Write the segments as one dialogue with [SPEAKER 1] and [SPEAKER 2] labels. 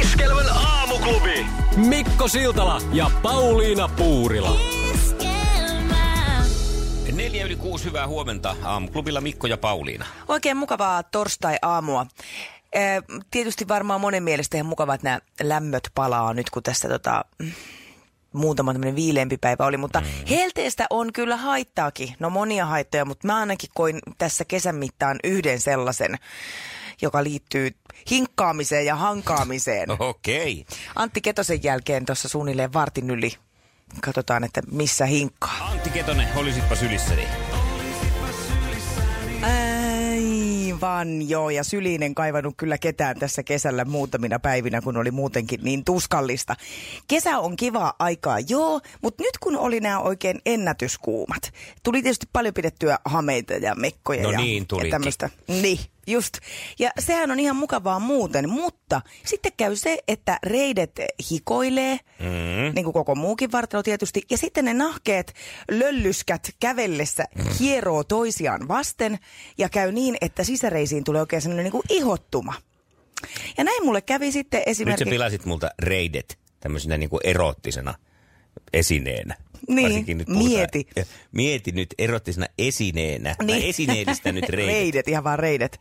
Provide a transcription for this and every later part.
[SPEAKER 1] Iskelmän aamuklubi.
[SPEAKER 2] Mikko Siltala ja Pauliina Puurila.
[SPEAKER 3] Neljä yli kuusi, hyvää huomenta. Aamuklubilla Mikko ja Pauliina.
[SPEAKER 4] Oikein mukavaa torstai-aamua. Ee, Tietysti varmaan monen mielestä ihan mukavat nämä lämmöt palaa nyt, kun tässä tota, mm, muutama tämmöinen viileämpi päivä oli, mutta helteestä on kyllä haittaakin. No monia haittoja, mutta mä ainakin koin tässä kesän mittaan yhden sellaisen, joka liittyy hinkkaamiseen ja hankaamiseen.
[SPEAKER 3] Oh. Okei. Okay.
[SPEAKER 4] Antti Ketosen jälkeen tuossa suunnilleen vartin yli katsotaan, että missä hinkkaa.
[SPEAKER 3] Antti Ketonen, olisitpa sylissäni.
[SPEAKER 4] Aivan, joo. Ja Sylinen kaivannut kyllä ketään tässä kesällä muutamina päivinä, kun oli muutenkin niin tuskallista. Kesä on kivaa aikaa, joo, mutta nyt kun oli nämä oikein ennätyskuumat, tuli tietysti paljon pidettyä hameita ja mekkoja
[SPEAKER 3] No
[SPEAKER 4] ja,
[SPEAKER 3] niin,
[SPEAKER 4] ja
[SPEAKER 3] tulikin.
[SPEAKER 4] tämmöistä. Niin, just. Ja sehän on ihan mukavaa muuten, mutta sitten käy se, että reidet hikoilee, mm. niin kuin koko muukin vartalo tietysti, ja sitten ne nahkeet löllyskät kävellessä hieroo toisiaan vasten, ja käy niin, että sisäreisiin tulee oikein sellainen niin kuin ihottuma. Ja näin mulle kävi sitten
[SPEAKER 3] Nyt sä
[SPEAKER 4] esimerkiksi...
[SPEAKER 3] pilasit multa reidet tämmöisenä niinku erottisena esineenä.
[SPEAKER 4] Niin,
[SPEAKER 3] Varsinkin nyt puhutaan-
[SPEAKER 4] mieti.
[SPEAKER 3] Mieti nyt erottisena esineenä. Niin. Mä esineellistä nyt reidet.
[SPEAKER 4] reidet, ihan vaan reidet.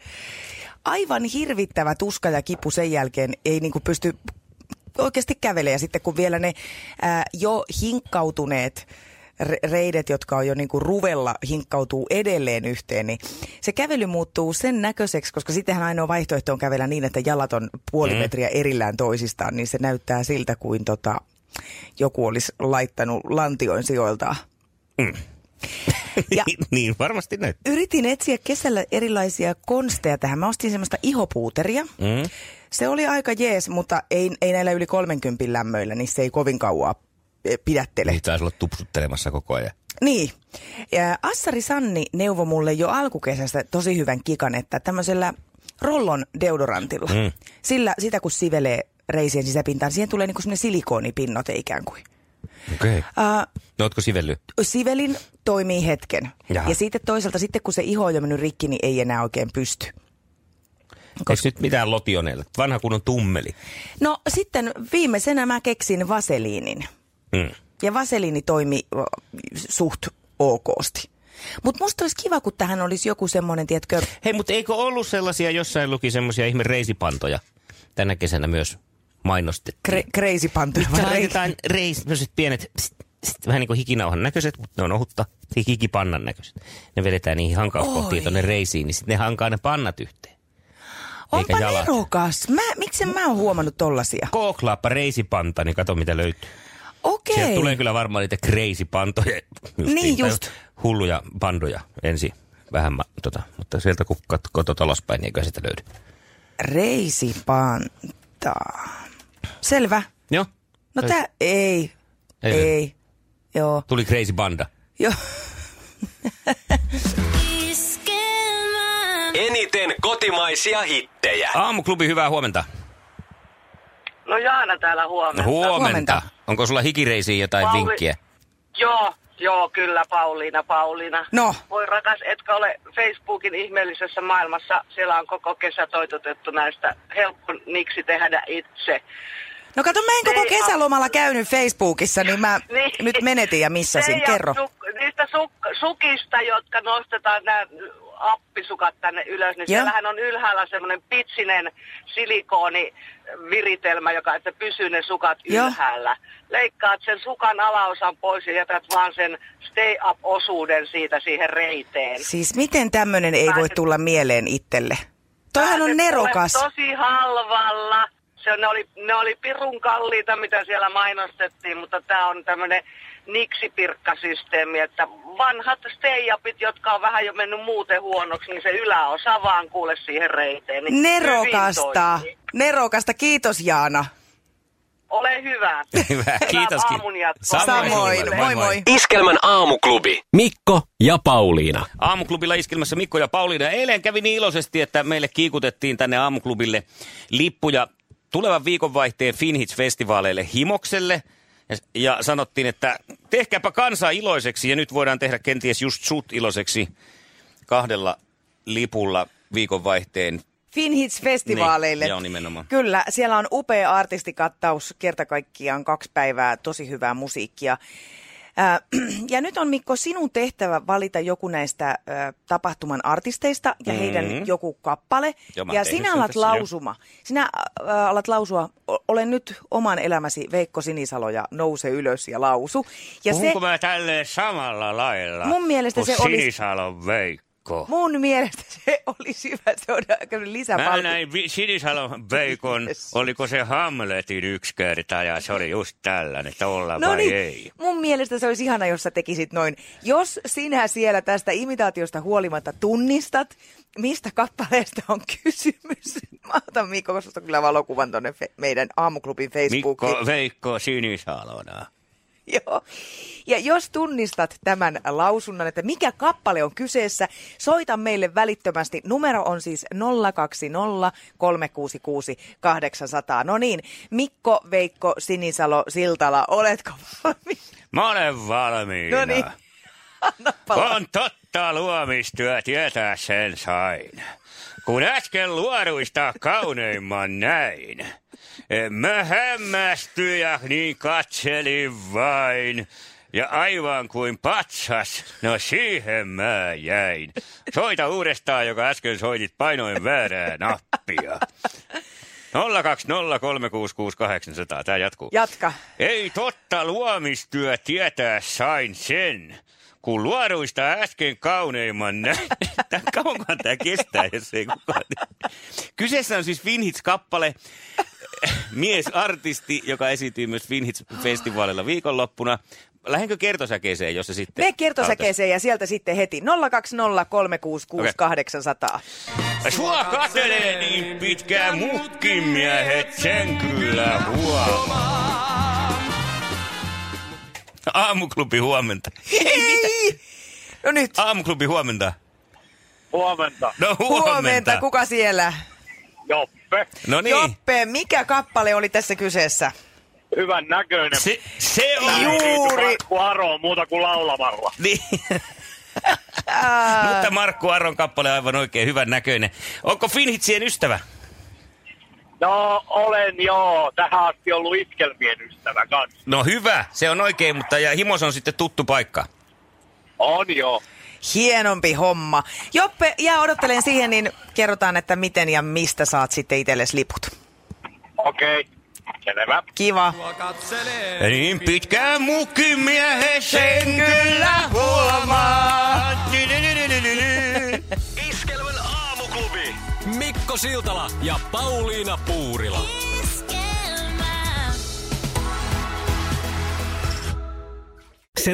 [SPEAKER 4] Aivan hirvittävä tuska ja kipu sen jälkeen ei niinku pysty oikeasti kävelemään. Ja sitten kun vielä ne ää, jo hinkkautuneet re- reidet, jotka on jo niinku ruvella, hinkkautuu edelleen yhteen, niin se kävely muuttuu sen näköiseksi, koska sittenhän ainoa vaihtoehto on kävellä niin, että jalat on puoli
[SPEAKER 3] Mm.
[SPEAKER 4] metriä erillään toisistaan, niin se näyttää siltä kuin tota, joku olisi laittanut lantioin sijoiltaan. Ja-
[SPEAKER 3] niin varmasti näyttää.
[SPEAKER 4] yritin etsiä kesällä erilaisia konsteja tähän. Mä ostin semmoista ihopuuteria. Mm. Se oli aika jees, mutta ei, ei näillä yli 30 lämmöillä, niin se ei kovin kauaa eh, pidättele.
[SPEAKER 3] Niin taisi olla tupsuttelemassa koko ajan.
[SPEAKER 4] Niin. Ja Assari Sanni neuvoi mulle jo alkukesästä tosi hyvän kikan, että tämmöisellä rollon deodorantilla, mm. sillä, sitä kun sivelee reisien sisäpintaan, siihen tulee niinku semmoinen silikoonipinnote ikään kuin.
[SPEAKER 3] Okei. Okay.
[SPEAKER 4] Äh,
[SPEAKER 3] No ootko sivellyt?
[SPEAKER 4] sivelin toimii hetken.
[SPEAKER 3] Jaha.
[SPEAKER 4] Ja sitten toisaalta sitten kun se iho on jo mennyt rikki, niin ei enää oikein pysty.
[SPEAKER 3] Koska nyt mitään lotioneilla? Vanha kunnon tummeli.
[SPEAKER 4] No sitten viimeisenä mä keksin vaseliinin.
[SPEAKER 3] Mm.
[SPEAKER 4] Ja vaseliini toimi o, suht okosti. Mutta musta olisi kiva, kun tähän olisi joku semmoinen, tiedätkö,
[SPEAKER 3] Hei, mutta eikö ollut sellaisia, jossain luki semmoisia ihme reisipantoja tänä kesänä myös mainostettiin?
[SPEAKER 4] kre- crazy pantu.
[SPEAKER 3] Nyt laitetaan reis, sellaiset pienet, pst, pst, vähän niin kuin hikinauhan näköiset, mutta ne on ohutta, hikipannan näköiset. Ne vedetään niihin hankauskohtiin
[SPEAKER 4] Oi.
[SPEAKER 3] tuonne reisiin, niin sitten ne hankaa ne pannat yhteen.
[SPEAKER 4] Onpa
[SPEAKER 3] jalat.
[SPEAKER 4] nerokas. Mä, miksi mä oon huomannut tollasia?
[SPEAKER 3] Kooklaappa reisipanta, niin kato mitä löytyy.
[SPEAKER 4] Okei.
[SPEAKER 3] Sieltä tulee kyllä varmaan niitä crazy-pantoja.
[SPEAKER 4] Niin
[SPEAKER 3] tai
[SPEAKER 4] just.
[SPEAKER 3] Hulluja pandoja ensin vähän, ma- tota, mutta sieltä kun kat- katsot alaspäin, niin eikä sitä löydy.
[SPEAKER 4] Reisipanta. Selvä.
[SPEAKER 3] Joo,
[SPEAKER 4] No
[SPEAKER 3] Ei.
[SPEAKER 4] tää, ei.
[SPEAKER 3] Ei.
[SPEAKER 4] Ei. ei. Joo.
[SPEAKER 3] tuli crazy-panda.
[SPEAKER 4] Joo.
[SPEAKER 2] Eniten kotimaisia hittejä.
[SPEAKER 3] Aamuklubi, hyvää huomenta.
[SPEAKER 5] No Jaana täällä huomenna.
[SPEAKER 3] Huomenta.
[SPEAKER 4] Huomenta.
[SPEAKER 3] Onko sulla hikireisiin jotain
[SPEAKER 5] Pauli-
[SPEAKER 3] vinkkiä?
[SPEAKER 5] Joo, joo, kyllä Pauliina, Pauliina.
[SPEAKER 4] No.
[SPEAKER 5] Voi rakas, etkä ole Facebookin ihmeellisessä maailmassa. Siellä on koko kesä toitotettu näistä helppo niksi tehdä itse.
[SPEAKER 4] No kato, mä en koko
[SPEAKER 5] Ei,
[SPEAKER 4] kesälomalla käynyt Facebookissa, niin mä nyt menetin ja missasin.
[SPEAKER 5] Teija
[SPEAKER 4] Kerro.
[SPEAKER 5] Suk- niistä suk- sukista, jotka nostetaan nämä appisukat tänne ylös, niin
[SPEAKER 4] Joo.
[SPEAKER 5] siellähän on ylhäällä semmoinen pitsinen silikooniviritelmä, joka että pysyy ne sukat
[SPEAKER 4] Joo.
[SPEAKER 5] ylhäällä. Leikkaat sen sukan alaosan pois ja jätät vaan sen stay up-osuuden siitä siihen reiteen.
[SPEAKER 4] Siis miten tämmöinen ei voi
[SPEAKER 5] Pääset-
[SPEAKER 4] tulla mieleen itselle? Toihan on
[SPEAKER 5] Pääset
[SPEAKER 4] nerokas.
[SPEAKER 5] olemaan Tosi halvalla. Se, on- ne, oli, ne oli pirun kalliita, mitä siellä mainostettiin, mutta tämä on tämmöinen niksipirkkasysteemi, että vanhat stay-upit, jotka on vähän jo mennyt muuten huonoksi, niin se yläosa vaan kuule siihen reiteen. Niin hyvin
[SPEAKER 4] Nerokasta.
[SPEAKER 5] toimii.
[SPEAKER 4] Nerokasta. Kiitos Jaana.
[SPEAKER 5] Ole hyvä.
[SPEAKER 3] Hyvä. Kiitoskin.
[SPEAKER 5] aamun jatkoa.
[SPEAKER 3] Samoin
[SPEAKER 4] Samoin.
[SPEAKER 3] sulle.
[SPEAKER 4] Moi moi.
[SPEAKER 2] Iskelmän aamuklubi. Mikko ja Pauliina.
[SPEAKER 3] Aamuklubilla iskelmässä Mikko ja Pauliina. Eilen kävi niin iloisesti, että meille kiikutettiin tänne aamuklubille lippuja tulevan viikonvaihteen Finhits-festivaaleille Himokselle. Ja, ja sanottiin, että tehkääpä kansaa iloiseksi ja nyt voidaan tehdä kenties just sut iloiseksi kahdella lipulla viikonvaihteen.
[SPEAKER 4] Finhits-festivaaleille.
[SPEAKER 3] Niin, joo, nimenomaan.
[SPEAKER 4] Kyllä, siellä on upea artistikattaus, kerta kaikkiaan kaksi päivää, tosi hyvää musiikkia. Ää, Ja nyt on Mikko sinun tehtävä valita joku näistä ää, tapahtuman artisteista ja mm-hmm. heidän joku kappale.
[SPEAKER 3] Joo, mä oon
[SPEAKER 4] ja
[SPEAKER 3] tehnyt
[SPEAKER 4] sinä
[SPEAKER 3] sen
[SPEAKER 4] alat
[SPEAKER 3] tässä jo.
[SPEAKER 4] lausuma. Sinä ää, alat lausua, "O- olen nyt oman elämäsi Veikko Sinisalo ja nouse ylös ja lausu. Ja se,
[SPEAKER 3] Puhunko mä tälleen samalla lailla
[SPEAKER 4] Mun mielestä
[SPEAKER 3] kuin
[SPEAKER 4] se olisi-
[SPEAKER 3] Sinisalon Veikko?
[SPEAKER 4] mun mielestä se olisi hyvä, se on aika
[SPEAKER 3] Mä
[SPEAKER 4] lisäpalkinto.
[SPEAKER 3] näin vi- Sinisalon Veikon,
[SPEAKER 4] Yes.
[SPEAKER 3] oliko se Hamletin yksi kerta ja se oli just tällainen, että olla
[SPEAKER 4] No
[SPEAKER 3] vai
[SPEAKER 4] niin,
[SPEAKER 3] ei.
[SPEAKER 4] mun mielestä se olisi ihana, jos sä tekisit noin. Jos sinä siellä tästä imitaatiosta huolimatta tunnistat, mistä kappaleesta on kysymys. Mä otan Mikko, koska susta kyllä valokuvan tonne fe- meidän aamuklubin Facebookiin.
[SPEAKER 3] Mikko Veikko Sinisalona.
[SPEAKER 4] Joo. Ja jos tunnistat tämän lausunnan, että mikä kappale on kyseessä, soita meille välittömästi. Numero on siis 020 366 800. No niin, Mikko, Veikko, Sinisalo, Siltala, oletko valmis?
[SPEAKER 3] Mä olen valmiina.
[SPEAKER 4] No niin, anna palaa.
[SPEAKER 3] On totta luomistyö, tietää sen sain. Kun äsken luoruista kauneimman näin, mä hämmästyin ja niin katselin vain. Ja aivan kuin patsas, no siihen mä jäin. Soita uudestaan, joka äsken soitit, painoin väärää nappia. 020366800, tää jatkuu.
[SPEAKER 4] Jatka.
[SPEAKER 3] Ei totta luomistyö tietää sain sen, kun luoruista äsken kauneimman näin. Tää- Kauankohan tämä kestää, jos ei kukaan. Kyseessä on siis Vinhits-kappale, miesartisti, joka esiintyy myös Vinhits-festivaalilla viikonloppuna. Lähdenkö kertosäkeeseen, jos se sitten...
[SPEAKER 4] Me kertosäkeeseen ja sieltä sitten heti 020366800.
[SPEAKER 3] Okei.
[SPEAKER 4] 800.
[SPEAKER 3] Sua katelee niin pitkään mukkimiehet, sen kyllä huomaa. Aamuklubi huomenta.
[SPEAKER 4] Ei! No nyt,
[SPEAKER 3] Aamuklubi huomenta.
[SPEAKER 5] Huomenta.
[SPEAKER 3] No huomenta.
[SPEAKER 4] huomenta. Kuka siellä?
[SPEAKER 5] Joppe.
[SPEAKER 3] No niin.
[SPEAKER 4] Joppe, mikä kappale oli tässä kyseessä?
[SPEAKER 5] Hyvän näköinen.
[SPEAKER 3] Se, se on.
[SPEAKER 4] Juu. Juuri.
[SPEAKER 5] Markku Aro muuta kuin laulamalla.
[SPEAKER 3] Niin. Mutta Markku Aron kappale on aivan oikein hyvän näköinen. Onko Finhitsien ystävä?
[SPEAKER 5] No, olen joo. Tähän asti ollut iskelmien ystävä kanssa.
[SPEAKER 3] No hyvä, se on oikein, mutta ja Himos on sitten tuttu paikka.
[SPEAKER 5] On joo.
[SPEAKER 4] Hienompi homma. Joppe, jää odottelen siihen, niin kerrotaan, että miten ja mistä saat sitten itsellesi liput.
[SPEAKER 5] Okei. Okay. Selvä.
[SPEAKER 4] Kiva.
[SPEAKER 3] Niin pitkään mukimiehen sen kyllä huomaa.
[SPEAKER 2] Iskelmän aamuklubi. Mikko Siltala ja Pauliina Puurila.
[SPEAKER 1] Esquema.
[SPEAKER 2] Se